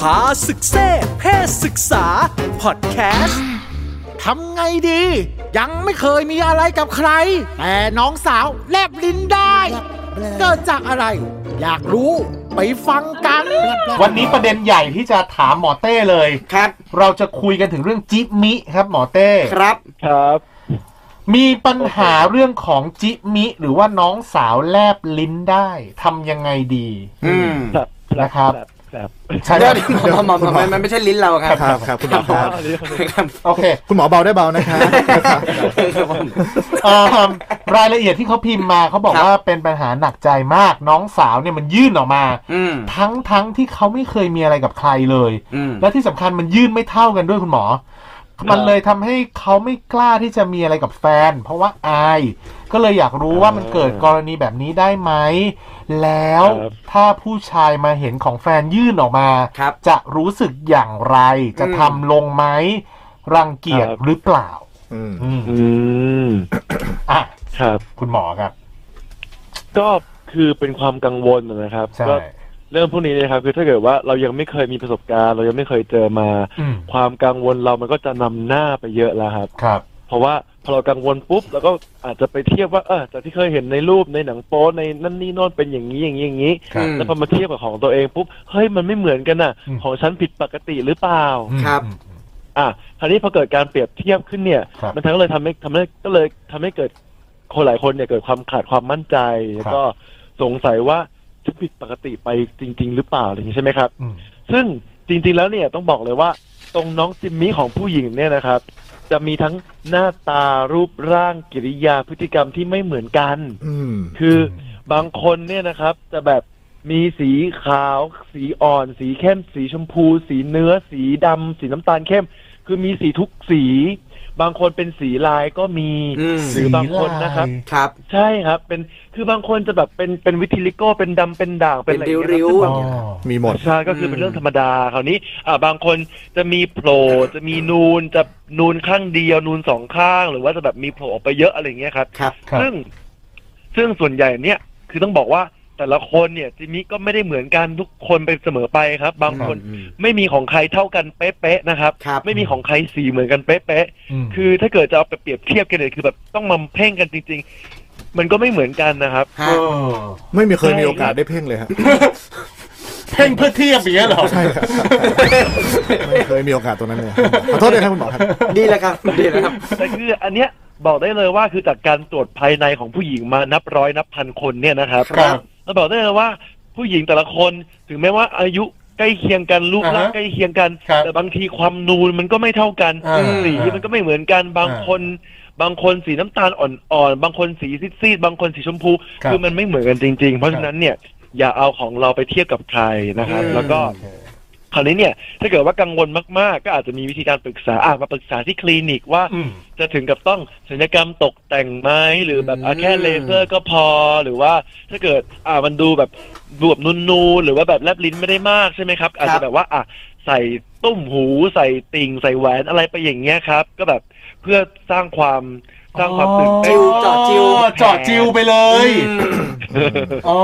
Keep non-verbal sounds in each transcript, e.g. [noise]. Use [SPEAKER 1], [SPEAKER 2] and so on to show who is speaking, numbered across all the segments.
[SPEAKER 1] พาศึกเซ่เพศศึกษา พอดแคสต์
[SPEAKER 2] ทำไงดี ยังไม่เคยมีอะไรกับใคร แต่น้องสาวแลบลิ้นได้ เกิดจากอะไร อยากรู้ไปฟังกัน
[SPEAKER 3] วันนี้ประเด็นใหญ่ที่จะถามหมอเต้เลย
[SPEAKER 4] ครับ
[SPEAKER 3] เราจะคุยกันถึงเรื่องจิมิครับหมอเต้
[SPEAKER 4] ครับ
[SPEAKER 5] ครับ
[SPEAKER 3] มีปัญหาเรื่องของจิมิหรือว่าน้องสาวแลบลิ้นได้ทำยังไงดี
[SPEAKER 4] อืม
[SPEAKER 5] ครับ
[SPEAKER 3] นะครับ
[SPEAKER 5] ครับ
[SPEAKER 3] ใช่ไหม
[SPEAKER 4] เดี๋ยวหมอหมอหมอมันมันไม่ใช่ลิ้นเราครับ
[SPEAKER 6] ครับครับคุณหมอครับ
[SPEAKER 5] อันนี้คนนี้
[SPEAKER 4] ครับ
[SPEAKER 3] โอเค
[SPEAKER 6] คุณหมอเบาได้เบานะครับ
[SPEAKER 4] ครับผม
[SPEAKER 3] เอ่อรายละเอียดที่เขาพิมพ์มาเขาบอก
[SPEAKER 4] ครับ
[SPEAKER 3] ว่าเป็นปัญหาหนักใจมาก น้องสาวเนี่ยมันยื่นออกมา
[SPEAKER 4] อืม
[SPEAKER 3] ทั้งทั้งที่เขาไม่เคยมีอะไรกับใครเลย
[SPEAKER 4] อืม
[SPEAKER 3] และที่สำคัญมันยื่นไม่เท่ากันด้วยคุณหมอ มันเลยทำให้เขาไม่กล้าที่จะมีอะไรกับแฟน เพราะว่าอาย ก็เลยอยากรู้ว่ามันเกิดกรณีแบบนี้ได้ไหม แล้วถ้าผู้ชายมาเห็นของแฟนยื่นออกมา
[SPEAKER 4] ครับ
[SPEAKER 3] จะรู้สึกอย่างไร จะทำลงไหม รังเกียจหรือเปล่า
[SPEAKER 6] อืม
[SPEAKER 3] อืม
[SPEAKER 5] อืม
[SPEAKER 3] อ่ะ
[SPEAKER 5] ครับ
[SPEAKER 3] คุณหมอครับ
[SPEAKER 5] ก็คือเป็นความกังวลนะครับ
[SPEAKER 3] ใช่
[SPEAKER 5] ก็เรื่องพวกนี้เนะครับ คือถ้าเกิดว่าเรายังไม่เคยมีประสบการณ์ เรายังไม่เคยเจอมา
[SPEAKER 3] อืม
[SPEAKER 5] ความกังวลเรามันก็จะนำหน้าไปเยอะแล้วครับ
[SPEAKER 3] ครับ
[SPEAKER 5] เพราะว่าพอเรากังวลปุ๊บเราก็อาจจะไปเทียบว่าเออจากที่เคยเห็นในรูปในหนังโป๊ในนั่นนี่โน่นเป็นอย่างนี้อย่างนี้อย่างนี้
[SPEAKER 3] ครับ
[SPEAKER 5] แล้วพอมาเทียบกับของตัวเองปุ๊บเฮ้ยมันไม่เหมือนกันน่ะ
[SPEAKER 3] อืม
[SPEAKER 5] ของฉันผิดปกติหรือเปล่า
[SPEAKER 3] อืม
[SPEAKER 4] ครับ
[SPEAKER 3] อืม
[SPEAKER 5] อ่ะคราวนี้พอเกิดการเปรียบเทียบขึ้นเนี่ย
[SPEAKER 3] ครับ
[SPEAKER 5] มันทั้งเลยทำให้ทำให้ก็เลยทำให้เกิดคนหลายคนเนี่ยเกิดความขาดความมั่นใจ แล้วก็สงสัยว่าฉันผิดปกติไปจริง ๆ หรือเปล่าอะไรอย่างนี้ใช่ไหมครับ
[SPEAKER 3] อืม
[SPEAKER 5] ซึ่งจริง ๆแล้วเนี่ยต้องบอกเลยว่า ตรงน้องจิมมี่ของผู้หญิงเนี่ยนะครับ จะมีทั้งหน้าตารูปร่างกิริยาพฤติกรรมที่ไม่เหมือนกัน
[SPEAKER 6] อืม
[SPEAKER 5] คือบางคนเนี่ยนะครับ จะแบบมีสีขาว สีอ่อน สีเข้ม สีชมพู สีเนื้อ สีดำสีน้ำตาลเข้ม คือมีสีทุกสี บางคนเป็นสีลายก็มี
[SPEAKER 4] อืม
[SPEAKER 5] หรือบางคนนะครับ
[SPEAKER 4] ครับ
[SPEAKER 5] ใช่ครับ เป็นคือบางคนจะแบบเป็นเป็นวิทิลิโก้เป็นดำเป็นด่างเป็นอะไรอย่าง
[SPEAKER 4] เป็นริ้
[SPEAKER 5] เงี้ยว
[SPEAKER 4] ๆ
[SPEAKER 5] ซึ่ง
[SPEAKER 3] อ๋
[SPEAKER 5] บาง
[SPEAKER 3] อ
[SPEAKER 6] มีหมด
[SPEAKER 5] ใช่ก็คือเป็นเรื่องธรรมดาคราวนี้ อ่าบางคนจะมีโผล่จะมีนูนจะนูนข้างเดียว นูนสองข้าง หรือว่าจะแบบมีโผล่ออกไปเยอะอะไรอย่างเงี้ยครับ
[SPEAKER 4] ครับ
[SPEAKER 3] ครับ
[SPEAKER 5] ซึ่งซึ่งส่วนใหญ่เนี่ยคือต้องบอกว่าแต่ละคนเนี่ยจิมิก็ไม่ได้เหมือนกันทุกคนเป็นเสมอไปครับ บางคนไม่มีของใครเท่ากันเป๊ะๆนะครับ
[SPEAKER 4] ครับ
[SPEAKER 5] ไม่มีของใครสีเหมือนกันเป๊ะ
[SPEAKER 3] ม
[SPEAKER 5] ๆคือถ้าเกิดจะเอาไปเปรียบเทียบกันเนี่ยคือแบบต้องมาเพ่งกันจริง ๆ มันก็ไม่เหมือนกันนะครับ
[SPEAKER 4] ฮะ
[SPEAKER 3] เออ
[SPEAKER 6] ไม่มีเคยมีโอกาสได้เพ่งเลยฮะ
[SPEAKER 3] เพ่งเพื่อเทียบอย่างเงี้ยเหรอ
[SPEAKER 6] ใช่ครับไม่เคยมีโอกาสตรงนั้นเลยขอโทษด้วยครับคุณหมอครับ
[SPEAKER 4] ดีแล้วครับดีแล้วครับ
[SPEAKER 5] แต่คืออันเนี้ยบอกได้เลยว่าคือจากการตรวจภายในของผู้หญิงมานับร้อยนับพันคนเนี่ยนะครับ
[SPEAKER 3] ครับ
[SPEAKER 5] แล้วบอกได้เลยว่าผู้หญิงแต่ละคนถึงแม้ว่าอายุใกล้เคียงกันรูปร่า
[SPEAKER 3] อ่า
[SPEAKER 5] ง
[SPEAKER 3] ฮะ
[SPEAKER 5] ใกล้เคียงกัน
[SPEAKER 3] ครับ
[SPEAKER 5] แต่บางทีความนูนมันก็ไม่เท่ากัน
[SPEAKER 3] อ่า
[SPEAKER 5] สีมันก็ไม่เหมือนกันบาง
[SPEAKER 3] อ่า
[SPEAKER 5] คน บางคนสีน้ำตาลอ่อนๆบางคนสีซีดๆบางคนสีชมพู
[SPEAKER 3] ครับ
[SPEAKER 5] อมันไม่เหมือนกันจริง ๆ เพราะฉะนั้นเนี่ยอย่าเอาของเราไปเทียบกับใครนะครับ
[SPEAKER 4] อืม
[SPEAKER 5] แล้วก็
[SPEAKER 3] โอเค
[SPEAKER 5] คราวนี้เนี่ยถ้าเกิดว่ากังวลมากๆ ก็อาจจะมีวิธีการปรึกษาอ่ะมาปรึกษาที่คลินิกว่า
[SPEAKER 3] อืม
[SPEAKER 5] จะถึงกับต้องศัลยกรรมตกแต่งไหมหรือแบบอ่ะ
[SPEAKER 4] อืม
[SPEAKER 5] แค่เลเซอร์ก็พอหรือว่าถ้าเกิดอ่ะมันดูแบบดูแบบนูนๆหรือว่าแบบแลบลิ้นไม่ได้มากใช่ไหมครับ อาจจะแบบว่าอ่ะใส่ตุ้มหูใส่ติ่งใส่แหวนอะไรไปอย่างเงี้ยครับ ก็แบบเพื่อสร้างความสร้างความตื่นเต้น
[SPEAKER 4] อ๋อ จาะจิว
[SPEAKER 3] เจาะจิวไปเลย อ๋อ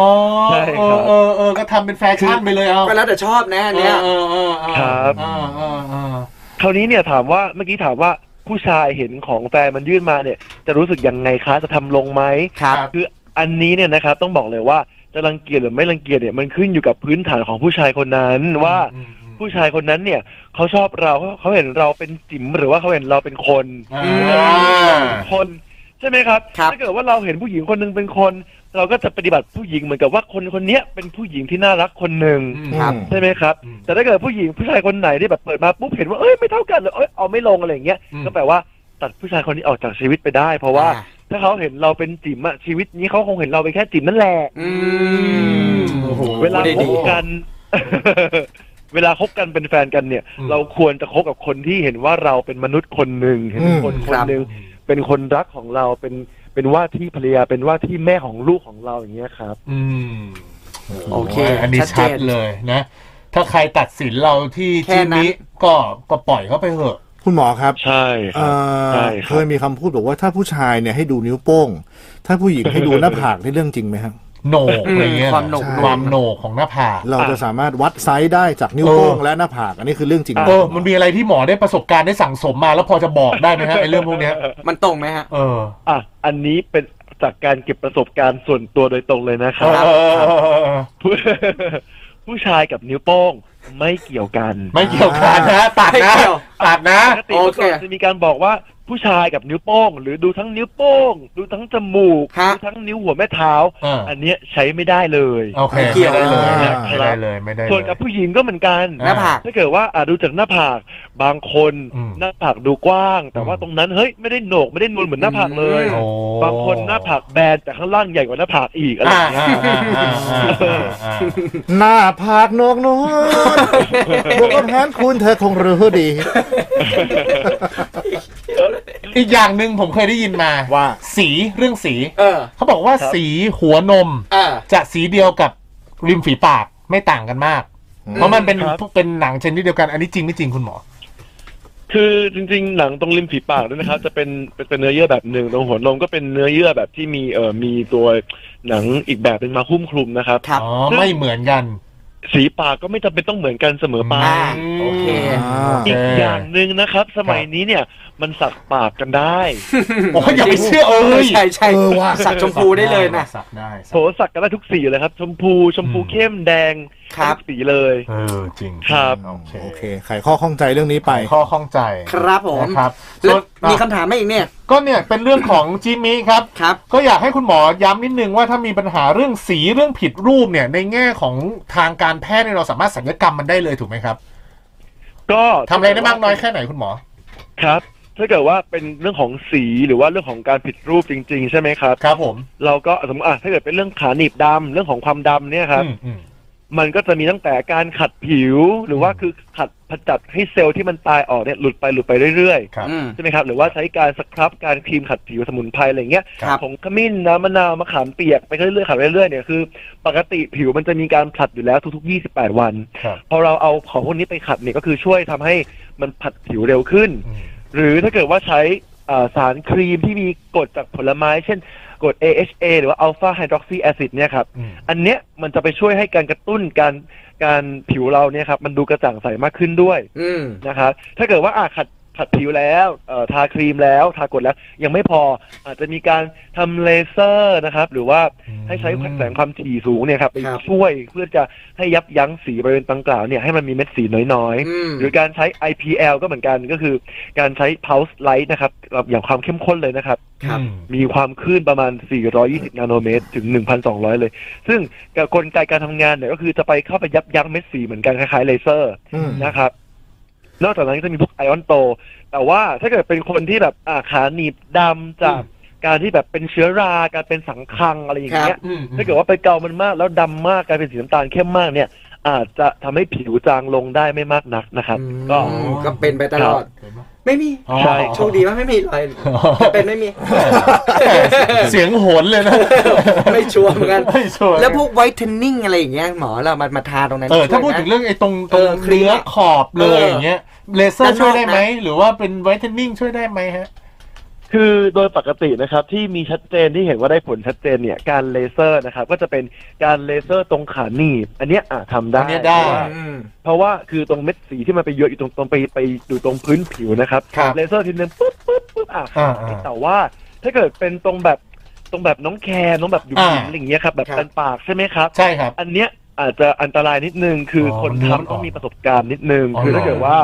[SPEAKER 5] ใช่
[SPEAKER 3] เอ
[SPEAKER 5] ครั
[SPEAKER 3] อบ เออเออก็ทำเป็นแฟชั่นไปเลยเอา
[SPEAKER 4] ก็แล้วแต่ชอบนะอันเนี้ย
[SPEAKER 3] เออเออเออ
[SPEAKER 5] ครับ
[SPEAKER 3] เออเออเออ
[SPEAKER 5] คราวนี้เนี่ยถามว่าเมื่อกี้ถามว่าผู้ชายเห็นของแฟนมันยื่นมาเนี่ย จะรู้สึกยังไงคะจะทำลงไหม
[SPEAKER 4] ครับ
[SPEAKER 5] คืออันนี้เนี่ยนะครับต้องบอกเลยว่าจะรังเกียจหรือไม่รังเกียจเนี่ยมันขึ้นอยู่กับพื้นฐานของผู้ชายคนนั้นว่า
[SPEAKER 3] อืมอืม
[SPEAKER 5] ผู้ชายคนนั้นเนี่ยเขาชอบเราเขาเห็นเราเป็นจิ๋มหรือว่าเขาเห็นเราเป็นคน
[SPEAKER 3] อ่า
[SPEAKER 5] คนใช่ไหมครับ
[SPEAKER 4] ครับ
[SPEAKER 5] ถ้าเกิดว่าเราเห็นผู้หญิงคนหนึ่งเป็นคน เราก็จะปฏิบัติผู้หญิงเหมือนกับว่าคนคนเนี้ยเป็นผู้หญิงที่น่ารักคนหนึ่ง
[SPEAKER 6] ครับ
[SPEAKER 5] ใช่ไหมครับ
[SPEAKER 3] อืม
[SPEAKER 5] แต่ถ้าเกิดผู้หญิงผู้ชายคนไหนที่แบบเปิดมาปุ๊บเห็นว่าเอ้ยไม่เท่ากันหรือเอ้ยเอาไม่ลงอะไรอย่างเงี้ย
[SPEAKER 3] อืม
[SPEAKER 5] ก็แปลว่าตัดผู้ชายคนนี้ออกจากชีวิตไปได้ เพราะว่า
[SPEAKER 4] อ่
[SPEAKER 5] ถ้าเขาเห็นเราเป็นจิ๋มอะชีวิตนี้เขาคงเห็นเราเป็นแค่จิ๋มนั่นแหละ
[SPEAKER 4] อื
[SPEAKER 3] อื
[SPEAKER 4] ม
[SPEAKER 3] มโอ้โห
[SPEAKER 5] เวลา
[SPEAKER 4] ได้
[SPEAKER 5] ค
[SPEAKER 4] ดี
[SPEAKER 5] บกัน [laughs] เวลาคบกันเป็นแฟนกันเนี่ย
[SPEAKER 3] อืม
[SPEAKER 5] เราควรจะคบกับคนที่เห็นว่าเราเป็นมนุษย์คนหนึ่งเห็นเป็นคน
[SPEAKER 4] อืม
[SPEAKER 5] ค
[SPEAKER 4] ครั
[SPEAKER 5] น
[SPEAKER 4] บ
[SPEAKER 5] หนึ่งเป็นคนรักของเราเป็นเป็นว่าที่ภรรยาเป็นว่าที่แม่ของลูกของเราอย่างเงี้ยครับ
[SPEAKER 3] อืม
[SPEAKER 4] โอเค
[SPEAKER 3] อันนี้
[SPEAKER 4] ชั
[SPEAKER 3] ชั
[SPEAKER 4] ด
[SPEAKER 3] ด
[SPEAKER 4] เจน
[SPEAKER 3] เลยนะ ถ้าใครตัดสินเราที่
[SPEAKER 4] แค่
[SPEAKER 3] จิ
[SPEAKER 4] นั้น
[SPEAKER 3] มิก็ก็ปล่อยเขาไปเถอะ
[SPEAKER 6] คุณหมอครับ
[SPEAKER 5] ใช่ครั
[SPEAKER 6] เอ่
[SPEAKER 5] บ
[SPEAKER 6] อ
[SPEAKER 5] ใช่ครับ
[SPEAKER 6] เคยมีคำพูดบอกว่าถ้าผู้ชายเนี่ยให้ดูนิ้วโป้ง ถ้าผู้หญิงให้ดูหน้าผากนี่เรื่องจริงไหมครับ
[SPEAKER 3] โหนกอะไรเงี้ย
[SPEAKER 4] ความโหนก
[SPEAKER 3] ความโหนกของหน้าผาก
[SPEAKER 6] เราจะสามารถวัดไซส์ได้จากนิ้วโป้งและหน้าผากอันนี้คือเรื่องจริง
[SPEAKER 3] เออมันมีอะไรที่หมอได้ประสบการณ์ได้สั่งสมมา แล้วพอจะบอกได้ไหมฮะไอ้เรื่องพวกเนี้ย
[SPEAKER 4] มันตรงไหมฮะ
[SPEAKER 3] เออ
[SPEAKER 5] อ่ะอันนี้เป็นจากการเก็บประสบการณ์ส่วนตัวโดยตรงเลยนะค
[SPEAKER 3] เอ
[SPEAKER 5] รั
[SPEAKER 3] อบ เออเออเออเออ
[SPEAKER 5] ผู้ [laughs] ผู้ชายกับนิ้วโป้งไม่เกี่ยวกัน
[SPEAKER 3] ไม่เกี่ยวกันนะตัด
[SPEAKER 4] ไม่
[SPEAKER 3] นะ
[SPEAKER 4] เกี่ยว
[SPEAKER 3] ตัดนะ
[SPEAKER 5] ปกติ
[SPEAKER 4] โอ
[SPEAKER 5] เมื่อ
[SPEAKER 4] เค
[SPEAKER 5] ก่อนจะมีการบอกว่าผู้ชายกับนิ้วโป้ง หรือดูทั้งนิ้วโป้ง ดูทั้งจมูก
[SPEAKER 4] ฮะ
[SPEAKER 5] ดูทั้งนิ้วหัวแม่เท้า
[SPEAKER 3] เอออั
[SPEAKER 5] อันเนี้ยใช้ไม่ได้เลย
[SPEAKER 3] โอเค
[SPEAKER 4] ไม่เกี่ยว
[SPEAKER 3] ไม่ได้เลย
[SPEAKER 5] นะ
[SPEAKER 3] ไม่
[SPEAKER 5] ครั
[SPEAKER 3] ได้
[SPEAKER 5] บ
[SPEAKER 3] เลยไม่ได้เลย
[SPEAKER 5] ส่วนกับผู้หญิงก็เหมือนกัน
[SPEAKER 4] หน้าผาก
[SPEAKER 5] ถ้าเกิดว่าอ่ะดูจากหน้าผากบางคน
[SPEAKER 3] อืม
[SPEAKER 5] หน้าผากดูกว้าง แต่ว่า
[SPEAKER 3] อืม
[SPEAKER 5] ตรงนั้นเฮ้ยไม่ได้โหนกไม่ได้นูนเหมือนหน้าผากเลย
[SPEAKER 3] โอ้
[SPEAKER 5] บางคนหน้าผากแบนแต่ข้างล่างใหญ่กว่าหน้าผากอีกอะไรอ
[SPEAKER 3] อ่า
[SPEAKER 5] ย่างเงี้ย
[SPEAKER 3] อ่าอ่าอ่าอ่าอ่า
[SPEAKER 6] หน้าผากนกน้อยบวกกับแทนคุณเธอคงรู้ดี
[SPEAKER 3] อีกอย่างหนึ่งผมเคยได้ยินมา
[SPEAKER 6] ว่า
[SPEAKER 3] สีเรื่องสี
[SPEAKER 4] เออ
[SPEAKER 3] เขาบอกว่า
[SPEAKER 5] ครับ
[SPEAKER 3] สีหัวนม
[SPEAKER 4] เออ
[SPEAKER 3] จะสีเดียวกับริมฝีปากไม่ต่างกันมาก เพราะมันเป็น
[SPEAKER 5] ครับ
[SPEAKER 3] เป็นหนังชนิดเดียวกันอันนี้จริงไม่จริงคุณหมอ
[SPEAKER 5] คือจริงๆ หนังตรงริมฝีปากด้วยนะครับ จะเป็นเป็นเป็นเนื้อเยื่อแบบหนึ่งตรงหัวนมก็เป็นเนื้อเยื่อแบบที่มีเอ่อมีตัวหนังอีกแบบหนึ่งมาหุ้มคลุมนะครับ
[SPEAKER 4] ครับ
[SPEAKER 3] อ๋อ ไม่เหมือนกัน
[SPEAKER 5] สีปากก็ไม่จำเป็นต้องเหมือนกันเสมอไป
[SPEAKER 4] อ่า
[SPEAKER 3] โอเค
[SPEAKER 5] อีกอย่างหนึ่งนะครับ สมัย
[SPEAKER 3] ครับ
[SPEAKER 5] นี้เนี่ยมันสักปากกันได้
[SPEAKER 3] โอ้ยอย่าไปเชื่อเอ้ย
[SPEAKER 4] ใช่ใช่
[SPEAKER 6] เออว่ะ
[SPEAKER 4] สักชมพูได้เลยนะ
[SPEAKER 3] สักได้สั
[SPEAKER 5] โถ
[SPEAKER 3] ก
[SPEAKER 5] สักกันได้ทุกสีเลยครับ ชมพูชมพู
[SPEAKER 3] อืม
[SPEAKER 5] เข้มแดง
[SPEAKER 4] ครับ
[SPEAKER 5] ทุกสีเลย
[SPEAKER 3] เออจริง
[SPEAKER 5] ครับ
[SPEAKER 3] โอเค
[SPEAKER 6] โอเคไขข้อข้องใจเรื่องนี้ไป
[SPEAKER 3] ข้อข้องใจ
[SPEAKER 4] ครับผม
[SPEAKER 3] นะครับ
[SPEAKER 4] แล้ว
[SPEAKER 3] ส่วน
[SPEAKER 4] มีคำถามไหมอีกเนี่ย
[SPEAKER 3] ก็เนี่ยเป็นเรื่องของจิมมี่ครับ
[SPEAKER 4] ครับ
[SPEAKER 3] ก็อยากให้คุณหมอย้ำนิดนึงว่าถ้ามีปัญหาเรื่องสีเรื่องผิดรูปเนี่ย ในแง่ของทางการแพทย์เนี่ยเราสามารถสัญญกรรมมันได้เลยถูกไหมครับ
[SPEAKER 5] ก็
[SPEAKER 3] ทำอะไรได้มากน้อยแค่ไหนคุณหมอ
[SPEAKER 5] ครับ ถ้าเกิดว่าเป็นเรื่องของสีหรือว่าเรื่องของการผิดรูปจริง ๆ ใช่ไหมครับ
[SPEAKER 3] ครับผม
[SPEAKER 5] เราก็สมมติอ่ะถ้าเกิดเป็นเรื่องขาหนีบดำเรื่องของความดำเนี่ยครับ
[SPEAKER 3] อืมอืม
[SPEAKER 5] มันก็จะมีตั้งแต่การขัดผิวหรือว่า
[SPEAKER 3] อืม
[SPEAKER 5] คือขัดผจัดให้เซลล์ที่มันตายออกเนี่ยหลุดไปหลุดไปเรื่อย
[SPEAKER 3] ครับ
[SPEAKER 4] อืม
[SPEAKER 5] ๆใช่ไหมครับหรือว่าใช้การสครับการครีมขัดผิวสมุนไพรอะไรเงี้ย
[SPEAKER 4] ครับ
[SPEAKER 5] ผงขมิ้นน้ำมะนาวมะขามเปียกไปเรื่อยๆขัดไปเรื่อยๆเนี่ยคือปกติผิวมันจะมีการผลัดอยู่แล้วทุกๆ 28 วัน
[SPEAKER 3] ครับ
[SPEAKER 5] พอเราเอาของพวกนี้ไปขัดเนี่ยก็คือช่วยทำให้มันผลัดผิวเร็วขึ้น
[SPEAKER 3] อืม
[SPEAKER 5] หรือถ้าเกิดว่าใช้อ่าสารครีมที่มีกรดจากผลไม้ เช่นกรด AHA หรือว่า alpha hydroxy acid เนี่ยครับ
[SPEAKER 3] อืม
[SPEAKER 5] อันเนี้ยมันจะไปช่วยให้การกระตุ้นการการผิวเราเนี่ยครับมันดูกระจ่างใสมากขึ้นด้วย
[SPEAKER 4] อืม
[SPEAKER 5] นะครับ ถ้าเกิดว่าอาขัดขัดผิวแล้วเอ่อทาครีมแล้วทากดแล้ว ยังไม่พออาจจะมีการทำเลเซอร์นะครับ หรือว่า
[SPEAKER 3] อืม
[SPEAKER 5] ให้ใช้แสงความถี่สูงเนี่ยครับไป
[SPEAKER 4] ครับ
[SPEAKER 5] ช่วยเพื่อจะให้ยับยั้งสีบริเวณดังกล่าวเนี่ยให้มันมีเม็ดสีน้อยๆ
[SPEAKER 4] อืม
[SPEAKER 5] หรือการใช้ IPL ก็เหมือนกันก็คือการใช้ pulse light นะครับอย่างความเข้มข้นเลยนะครับ
[SPEAKER 4] ครับ
[SPEAKER 3] อืม
[SPEAKER 5] มีความคลื่นประมาณ 420 นาโนเมตร ถึง 1,200 เลย ซึ่งกลไกการทำงานเนี่ยก็คือจะไปเข้าไปยับยั้งเม็ดสีเหมือนกันคล้ายๆเลเซอร์
[SPEAKER 6] อืม
[SPEAKER 5] นะครับ นอกจากนั้นก็จะมีพวกไอออนโต แต่ว่าถ้าเกิดเป็นคนที่แบบอาขาหนีบดำจากการที่แบบเป็นเชื้อรา การเป็นสังคังอะไรอย่างเงี้ย
[SPEAKER 3] อืมอืม
[SPEAKER 5] ถ้าเกิดว่าไปเกามันมากแล้วดำมากกลายเป็นสีน้ำตาลเข้มมากเนี่ย อาจจะทำให้ผิวจางลงได้ไม่มากนักนะครับ ก็
[SPEAKER 4] อืมก็เป็นไปตลอด
[SPEAKER 3] เห็นไหม
[SPEAKER 4] ไม่มี
[SPEAKER 3] อ๋อ
[SPEAKER 4] โชคดีว่าไม่มีรอยแต่เป็นไม่มี [laughs]
[SPEAKER 3] เสียงโหนเลยนะ
[SPEAKER 4] ไม่ชัวร์เหมือนกัน
[SPEAKER 3] ไม่ชัวร์
[SPEAKER 4] แล้วพวกไวท์เทนนิ่งอะไรอย่างเงี้ยหมอเรามามาทาตรงนั้น
[SPEAKER 3] เออถ้าพูด
[SPEAKER 4] ช่วยไหม
[SPEAKER 3] ถึงเรื่องไอ้ตรงต
[SPEAKER 4] เอ
[SPEAKER 3] รง
[SPEAKER 4] อเคลีย
[SPEAKER 3] เนื้อ
[SPEAKER 4] ร์
[SPEAKER 3] ขอบเลย
[SPEAKER 4] เออ
[SPEAKER 3] อ
[SPEAKER 4] อ
[SPEAKER 3] ย่างเงี้ยเลเซอร์ช่วยได้ไหมหรือว่าเป็นไวท์เทนนิ่งช่วยได้ไหมฮะ
[SPEAKER 5] คือโดยปกตินะครับ ที่มีชัดเจนที่เห็นว่าได้ผลชัดเจนเนี่ยการเลเซอร์นะครับ ก็จะเป็นการเลเซอร์ตรงขาหนีบ อันเนี้ยอาจทำได้
[SPEAKER 3] อันเนี้ยได้
[SPEAKER 5] เพราะว่า
[SPEAKER 4] อืม
[SPEAKER 5] เพราะว่าคือตรงเม็ดสีที่มันไปเยอะอยู่ตรงตรงไปไปอยู่ตรงพื้นผิวนะครับ
[SPEAKER 3] ครับ
[SPEAKER 5] เลเซอร์ทีนึงปุ๊บปุ๊บปุ๊บอ่ะ
[SPEAKER 3] อ่า
[SPEAKER 5] หายแต่ว่าถ้าเกิดเป็นตรงแบบตรงแบบน้องแคร์น้องแบบหยุมหยิม
[SPEAKER 3] อ่า
[SPEAKER 5] อะไรอย่างเงี้ยครับแบบ
[SPEAKER 4] ครับ
[SPEAKER 5] เป็นปากใช่ไหมครับ
[SPEAKER 3] ใช่ครับ
[SPEAKER 5] อันเนี้ยอาจจะอันตรายนิดนึงคืออ
[SPEAKER 3] อ
[SPEAKER 5] คน
[SPEAKER 3] มันอ
[SPEAKER 5] ทำต้
[SPEAKER 3] อ
[SPEAKER 5] อก งมีประสบการณ์นิดนึง
[SPEAKER 3] อ๋อ
[SPEAKER 5] คือถ้าเกิดว่า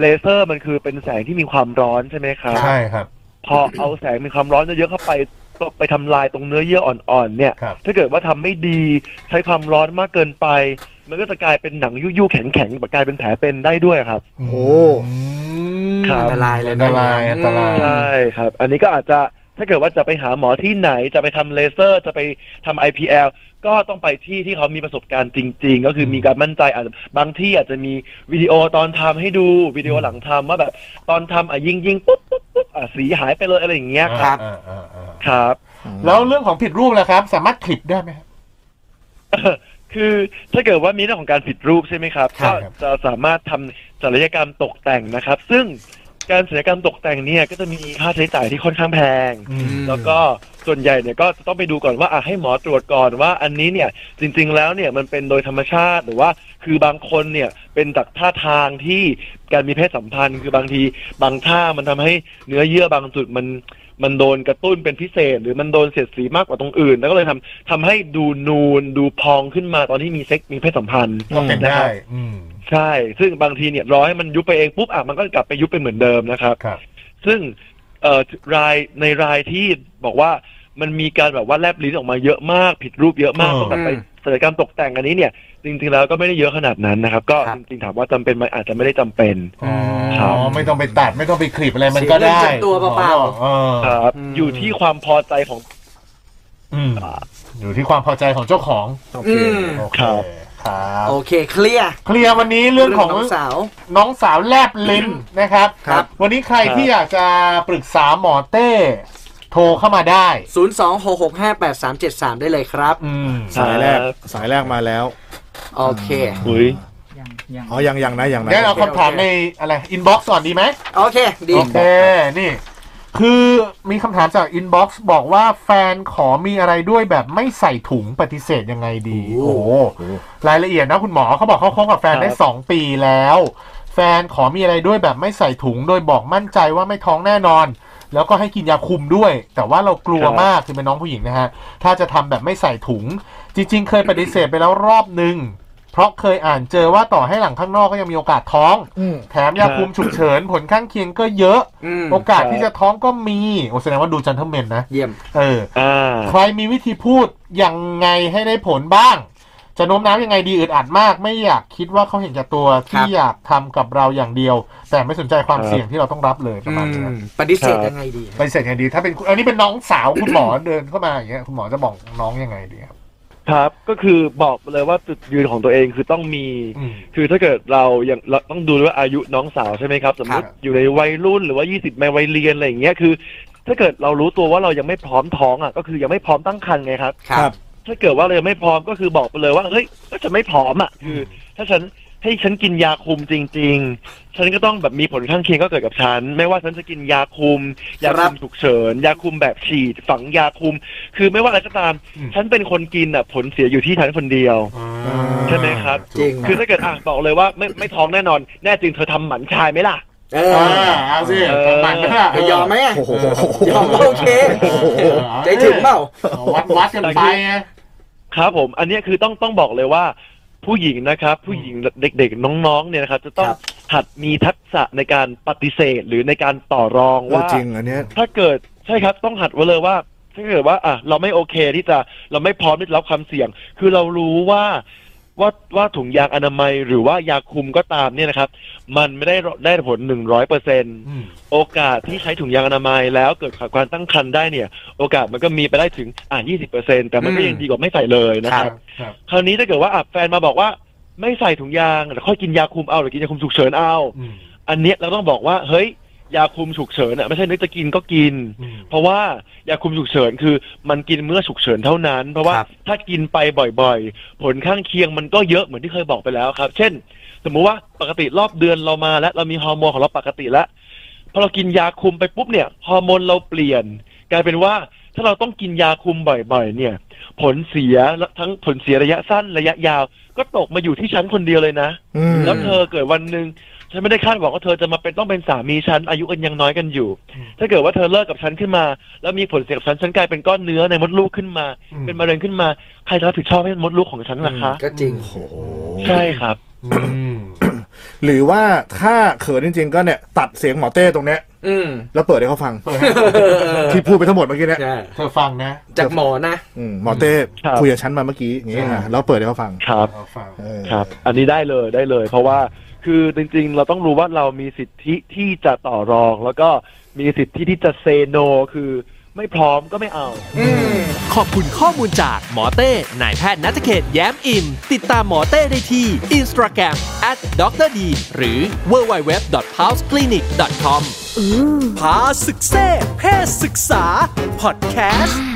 [SPEAKER 5] เลเซอร์มันคือเป็นแสงที่มีความร้อนใช่ไหมครับ
[SPEAKER 3] ใช่ครับ
[SPEAKER 5] พอเอาแสงมีความร้อนเยอะๆเข้าไปก็ไปทำลายตรงเนื้อเยื่ออ่อนๆเนี่ย
[SPEAKER 3] ครับ
[SPEAKER 5] ถ้าเกิดว่าทำไม่ดีใช้ความร้อนมากเกินไป มันก็จะกลายเป็นหนังยุ่ยๆแข็งๆแบบกลายเป็นแผลเป็นได้ด้วยครับ
[SPEAKER 6] โอ้
[SPEAKER 3] ม
[SPEAKER 5] ครับ
[SPEAKER 4] อันตรายเลย
[SPEAKER 3] อัน
[SPEAKER 4] นะ
[SPEAKER 3] ตรายอันตราย
[SPEAKER 5] ใช่ครับ อันนี้ก็อาจจะถ้าเกิดว่าจะไปหาหมอที่ไหนจะไปทำเลเซอร์ จะไปทำ IPL ก็ต้องไปที่ที่เขามีประสบการณ์จริง ๆ ก็คือมีการมั่นใจอาจจะบางที่อาจจะมีวิดีโอตอนทำให้ดูวิดีโอหลังทำว่าแบบตอนทำอ่ะยิงยิงๆปุ๊บปุ๊บปุ๊บอ่ะสีหายไปเลยอะไรอย่างเงี้ย
[SPEAKER 4] ครับ
[SPEAKER 3] อ่าอ่าอ่า
[SPEAKER 5] ครับ
[SPEAKER 3] แล้วเรื่องของผิดรูปล่ะครับ สามารถคลิปได้ไหมครับ
[SPEAKER 5] คือถ้าเกิดว่ามีเรื่องของการผิดรูปใช่ไหมครับ
[SPEAKER 3] ใช่
[SPEAKER 5] ก็
[SPEAKER 3] ครับ
[SPEAKER 5] จะสามารถทำศัลยกรรมตกแต่งนะครับ ซึ่งการศัลยกรรมตกแต่งเนี่ยก็จะมีค่าใช้จ่ายที่ค่อนข้างแพง
[SPEAKER 3] อืม
[SPEAKER 5] แล้วก็ ส่วนใหญ่เนี่ยก็จะต้องไปดูก่อนว่าอ่ะให้หมอตรวจก่อนว่าอันนี้เนี่ยจริง ๆ แล้วเนี่ยมันเป็นโดยธรรมชาติหรือว่าคือบางคนเนี่ยเป็นจากท่าทางที่การมีเพศสัมพันธ์ คือบางทีบางท่ามันทำให้เนื้อเยื่อบางจุดมันมันโดนกระตุ้นเป็นพิเศษ หรือมันโดนเสียดสีมากกว่าตรงอื่น แล้วก็เลยทำทำให้ดูนูนดูพองขึ้นมาตอนที่มีเซ็กซ์มีเพศสัมพันธ์
[SPEAKER 3] ก็เป็น
[SPEAKER 5] นะค
[SPEAKER 3] ได้
[SPEAKER 5] รับ
[SPEAKER 3] อืม
[SPEAKER 5] ใช่ ซึ่งบางทีเนี่ยรอให้มันยุบไปเองปุ๊บอ่ะมันก็กลับไปยุบไปเหมือนเดิมนะครับ
[SPEAKER 3] ครับ
[SPEAKER 5] ซึ่งเอ่อรายในรายที่บอกว่ามันมีการแบบว่าแลบลิ้นออกมาเยอะมาก ผิดรูปเยอะมาก
[SPEAKER 3] เออ
[SPEAKER 5] ต้องกลับไป
[SPEAKER 4] อืม
[SPEAKER 5] ศัลยกรรมตกแต่งอันนี้เนี่ย จริงๆแล้วก็ไม่ได้เยอะขนาดนั้นนะครับ ก็
[SPEAKER 4] ครับ
[SPEAKER 5] จริงๆถามว่าจำเป็นไหมอาจจะไม่ได้จำเป็น
[SPEAKER 3] อ๋อ
[SPEAKER 5] ครับ
[SPEAKER 3] ไม่ต้องไปตัดไม่ต้องไปคลิปอะไรมันก็ได้
[SPEAKER 4] เสียเรื่องเจ็บตัวเปล่าๆ
[SPEAKER 3] เออ
[SPEAKER 5] ครับอยู่ที่ความพอใจของ
[SPEAKER 3] อืมอยู่ที่ความพอใจของเจ้าของโอเค
[SPEAKER 4] อืม
[SPEAKER 3] โอเค
[SPEAKER 5] ครับ
[SPEAKER 3] ครับ
[SPEAKER 4] โอเคเคลียร์
[SPEAKER 3] เคลียร์วันนี้เรื่องของ
[SPEAKER 4] น้สาว
[SPEAKER 3] น้องสาวแลบลิ้นนะครับ
[SPEAKER 4] ครับ
[SPEAKER 3] วันนี้ใคร
[SPEAKER 5] ครับ
[SPEAKER 3] ที่อยากจะปรึกษาหมอเต้ โทรเข้ามาได้
[SPEAKER 4] 026658373 ได้เลยครับ
[SPEAKER 3] อืม
[SPEAKER 6] สายแรก สายแรกมาแล้ว
[SPEAKER 4] โอเค
[SPEAKER 5] อุ้ย
[SPEAKER 7] ยังยัง
[SPEAKER 6] อ๋อ ยังยังนะยังนะ
[SPEAKER 3] เดี๋ยวเอา
[SPEAKER 4] โอเค
[SPEAKER 3] คำถาม
[SPEAKER 4] โอเค
[SPEAKER 3] ในอะไรอินบ็อกซ์ก่อนดีไหม
[SPEAKER 4] โอเค ดี
[SPEAKER 3] โอเค นี่ คือมีคำถามจากอินบ็อกซ์บอกว่าแฟนขอมีอะไรด้วยแบบไม่ใส่ถุงปฏิเสธยังไงดี
[SPEAKER 4] โอ้
[SPEAKER 3] โอ้โหรายละเอียดนะคุณหมอเขาบอกเขาคบกับแฟนได้
[SPEAKER 5] ครับ
[SPEAKER 3] 2 ปีแล้ว แฟนขอมีอะไรด้วยแบบไม่ใส่ถุง โดยบอกมั่นใจว่าไม่ท้องแน่นอน แล้วก็ให้กินยาคุมด้วย แต่ว่าเรากลัวมากคือเป็นน้องผู้หญิงนะฮะ ถ้าจะทำแบบไม่ใส่ถุง จริง ๆ เคยปฏิเสธไปแล้วรอบหนึ่งเพราะเคยอ่านเจอว่าต่อให้หลังข้างนอกก็ยังมีโอกาสท้อง
[SPEAKER 6] อืม
[SPEAKER 3] แถมยาคุมฉุกเฉินผลข้างเคียงก็เยอะ
[SPEAKER 4] อืม
[SPEAKER 3] โอกาสที่จะท้องก็มีโอ้แสดงว่าดูจันทเมนนะ
[SPEAKER 4] เยี่ยม
[SPEAKER 3] เออ
[SPEAKER 5] อ่า
[SPEAKER 3] ใครมีวิธีพูดยังไงให้ได้ผลบ้าง จะโน้มน้าวยังไงดีอึดอัดมาก ไม่อยากคิดว่าเขาเห็นแก่ตัวที่อยากทำกับเราอย่างเดียว แต่ไม่สนใจความ
[SPEAKER 5] ครับ
[SPEAKER 3] เสี่ยงที่เราต้องรับเลยประมาณนี้
[SPEAKER 4] อืมปฏิเสธยังไงดี
[SPEAKER 3] ไปเสร็จยังไงดีถ้าเป็นคุณอันนี้เป็นน้องสาวคุณหมอ เดินเข้ามาอย่างเงี้ยคุณหมอจะบอกน้องยังไงดีครับ
[SPEAKER 5] ครับก็คือบอกเลยว่าจุดยืนของตัวเองคือต้องมี
[SPEAKER 3] อืม
[SPEAKER 5] คือถ้าเกิดเรายังเราต้องดูด้วยว่าอายุน้องสาวใช่ไหมครับ สมมติ
[SPEAKER 3] ครับ
[SPEAKER 5] อยู่ในวัยรุ่นหรือว่า 20ในวัยเรียนอะไรอย่างเงี้ยคือ ถ้าเกิดเรารู้ตัวว่าเรายังไม่พร้อมท้องอ่ะก็คือยังไม่พร้อมตั้งครรภ์ไงครับ
[SPEAKER 4] ครับ
[SPEAKER 5] ถ้าเกิดว่าเรายังไม่พร้อมก็คือบอกไปเลยว่าเฮ้ยก็จะไม่พร้อมอ่ะคือ ถ้าฉันให้ฉันกินยาคุมจริง ๆ ฉันก็ต้องแบบมีผลข้างเคียงก็เกิดกับฉัน ไม่ว่าฉันจะกินยาคุม ยา
[SPEAKER 4] ครั
[SPEAKER 5] คุ
[SPEAKER 4] บ
[SPEAKER 5] มฉุกเฉิน ยาคุมแบบฉีดฝังยาคุม คือไม่ว่าอะไรก็ตาม
[SPEAKER 3] อืม
[SPEAKER 5] ฉันเป็นคนกินอ่ะผลเสียอยู่ที่ฉันคนเดียว ใช่ไหมครับ
[SPEAKER 4] จริง
[SPEAKER 5] คือถ้าเกิดอ่ะบอกเลยว่าไม่ไม่ท้องแน่นอน แน่จริงเธอทำหมันชายไหมล่ะ
[SPEAKER 4] เอ
[SPEAKER 3] เอ
[SPEAKER 4] อ
[SPEAKER 3] อเอาสิ
[SPEAKER 5] เออ
[SPEAKER 3] ทำมันก็
[SPEAKER 4] จะยอมไหมอะ
[SPEAKER 6] โอ้โห
[SPEAKER 4] ยอมก็โอเค ใจถึงเปล่า
[SPEAKER 3] วัดวัดกันไปไง
[SPEAKER 5] ครับผม อันเนี้ยคือต้องต้องบอกเลยว่า ผู้หญิงนะครับ ผู้หญิงเด็กๆ น้องๆเนี่ยนะครับ จะต้อง
[SPEAKER 4] ครับ
[SPEAKER 5] หัดมีทักษะในการปฏิเสธหรือในการต่อรอง
[SPEAKER 6] เออ
[SPEAKER 5] ว่า
[SPEAKER 6] จริงอันเนี้ย
[SPEAKER 5] ถ้าเกิดใช่ครับต้องหัดไว้เลยว่า ถ้าเกิดว่าอ่ะเราไม่โอเคที่จะเราไม่พร้อมที่จะรับความเสี่ยง คือเรารู้ว่าว่าว่าถุงยางอนามัยหรือว่ายาคุมก็ตามเนี่ยนะครับ มันไม่ได้ได้ผลหนึ่งร้อยเปอร์เซ็นต์โอกาสที่ใช้ถุงยางอนามัยแล้วเกิดขาดการตั้งครรภ์ได้เนี่ย โอกาสมันก็มีไปได้ถึงอ่ะยี่สิบเปอร์เซ็นต์แต่มันก็ยังดีกว่าไม่ใส่เลยนะครับ
[SPEAKER 3] ครับ
[SPEAKER 5] คราวนี้ถ้าเกิดว่าอ่ะแฟนมาบอกว่าไม่ใส่ถุงยางแต่ค่อยกินยาคุมเอาหรือกินยาคุมฉุกเฉินเอา
[SPEAKER 3] อืม
[SPEAKER 5] อันเนี้ยเราต้องบอกว่า เฮ้ย ยาคุมฉุกเฉินอ่ะไม่ใช่นึกจะกินก็กิน
[SPEAKER 3] อืม
[SPEAKER 5] เพราะว่ายาคุมฉุกเฉินคือมันกินเมื่อฉุกเฉินเท่านั้น เพราะว่า
[SPEAKER 4] ครับ
[SPEAKER 5] ถ้ากินไปบ่อยๆ ผลข้างเคียงมันก็เยอะเหมือนที่เคยบอกไปแล้วครับ เช่น สมมุติว่าปกติรอบเดือนเรามาแล้วเรามีฮอร์โมนของเราปกติแล้วพอเรากินยาคุมไปปุ๊บเนี่ยฮอร์โมนเราเปลี่ยน กลายเป็นว่าถ้าเราต้องกินยาคุมบ่อยๆ เนี่ย ผลเสียและทั้งผลเสียระยะสั้นระยะยาว ก็ตกมาอยู่ที่ฉันคนเดียวเลยนะ
[SPEAKER 6] อืม
[SPEAKER 5] แล้วเธอเกิดวันหนึ่งฉันไม่ได้คาดหวังว่าเธอจะมาเป็นต้องเป็นสามีฉันอายุกันยังน้อยกันอยู่ ถ้าเกิดว่าเธอเลิกกับฉันขึ้นมา แล้วมีผลเสียกับฉันฉันกลายเป็นก้อนเนื้อในมดลูกขึ้นมา
[SPEAKER 3] อืม
[SPEAKER 5] เป็นมะเร็งขึ้นมาใครจะรับผิดชอบให้มดลูกของฉันล่ะคะ
[SPEAKER 4] ก็จริง
[SPEAKER 5] ใช่ครับ
[SPEAKER 3] อืม
[SPEAKER 6] หรือว่าถ้าเขินจริง ๆ ก็เนี่ย ตัดเสียงหมอเต้ตรงเนี้ย
[SPEAKER 4] อืม
[SPEAKER 6] แล้วเปิดให้เขาฟัง ที่พูดไปทั้งหมดเมื่อกี้เนี่ย
[SPEAKER 4] ใช่
[SPEAKER 3] เธอฟังนะ
[SPEAKER 4] จากหมอนะ
[SPEAKER 6] อืมหมอเต้
[SPEAKER 5] ครับ
[SPEAKER 6] คุยกับฉันมาเมื่อกี้อย่างงี้
[SPEAKER 3] ใช่
[SPEAKER 6] อ่ะแล้วเปิดให้เขาฟัง
[SPEAKER 5] ครับ
[SPEAKER 3] เธอฟัง
[SPEAKER 6] เออ
[SPEAKER 5] ครับ อันนี้ได้เลยได้เลย เพราะว่าคือจริงๆ เราต้องรู้ว่าเรามีสิทธิที่จะต่อรอง แล้วก็มีสิทธิที่จะเซโนคือไม่พร้อมก็ไม่เอา
[SPEAKER 1] ขอบคุณข้อมูลจากหมอเต้ นายแพทย์นัทเขตแย้มอิน ติดตามหมอเต้ได้ที่ Instagram at dr. d หรือ www.houseclinic.com พาศึกเซ่เพศศึกษา พอดแคสต์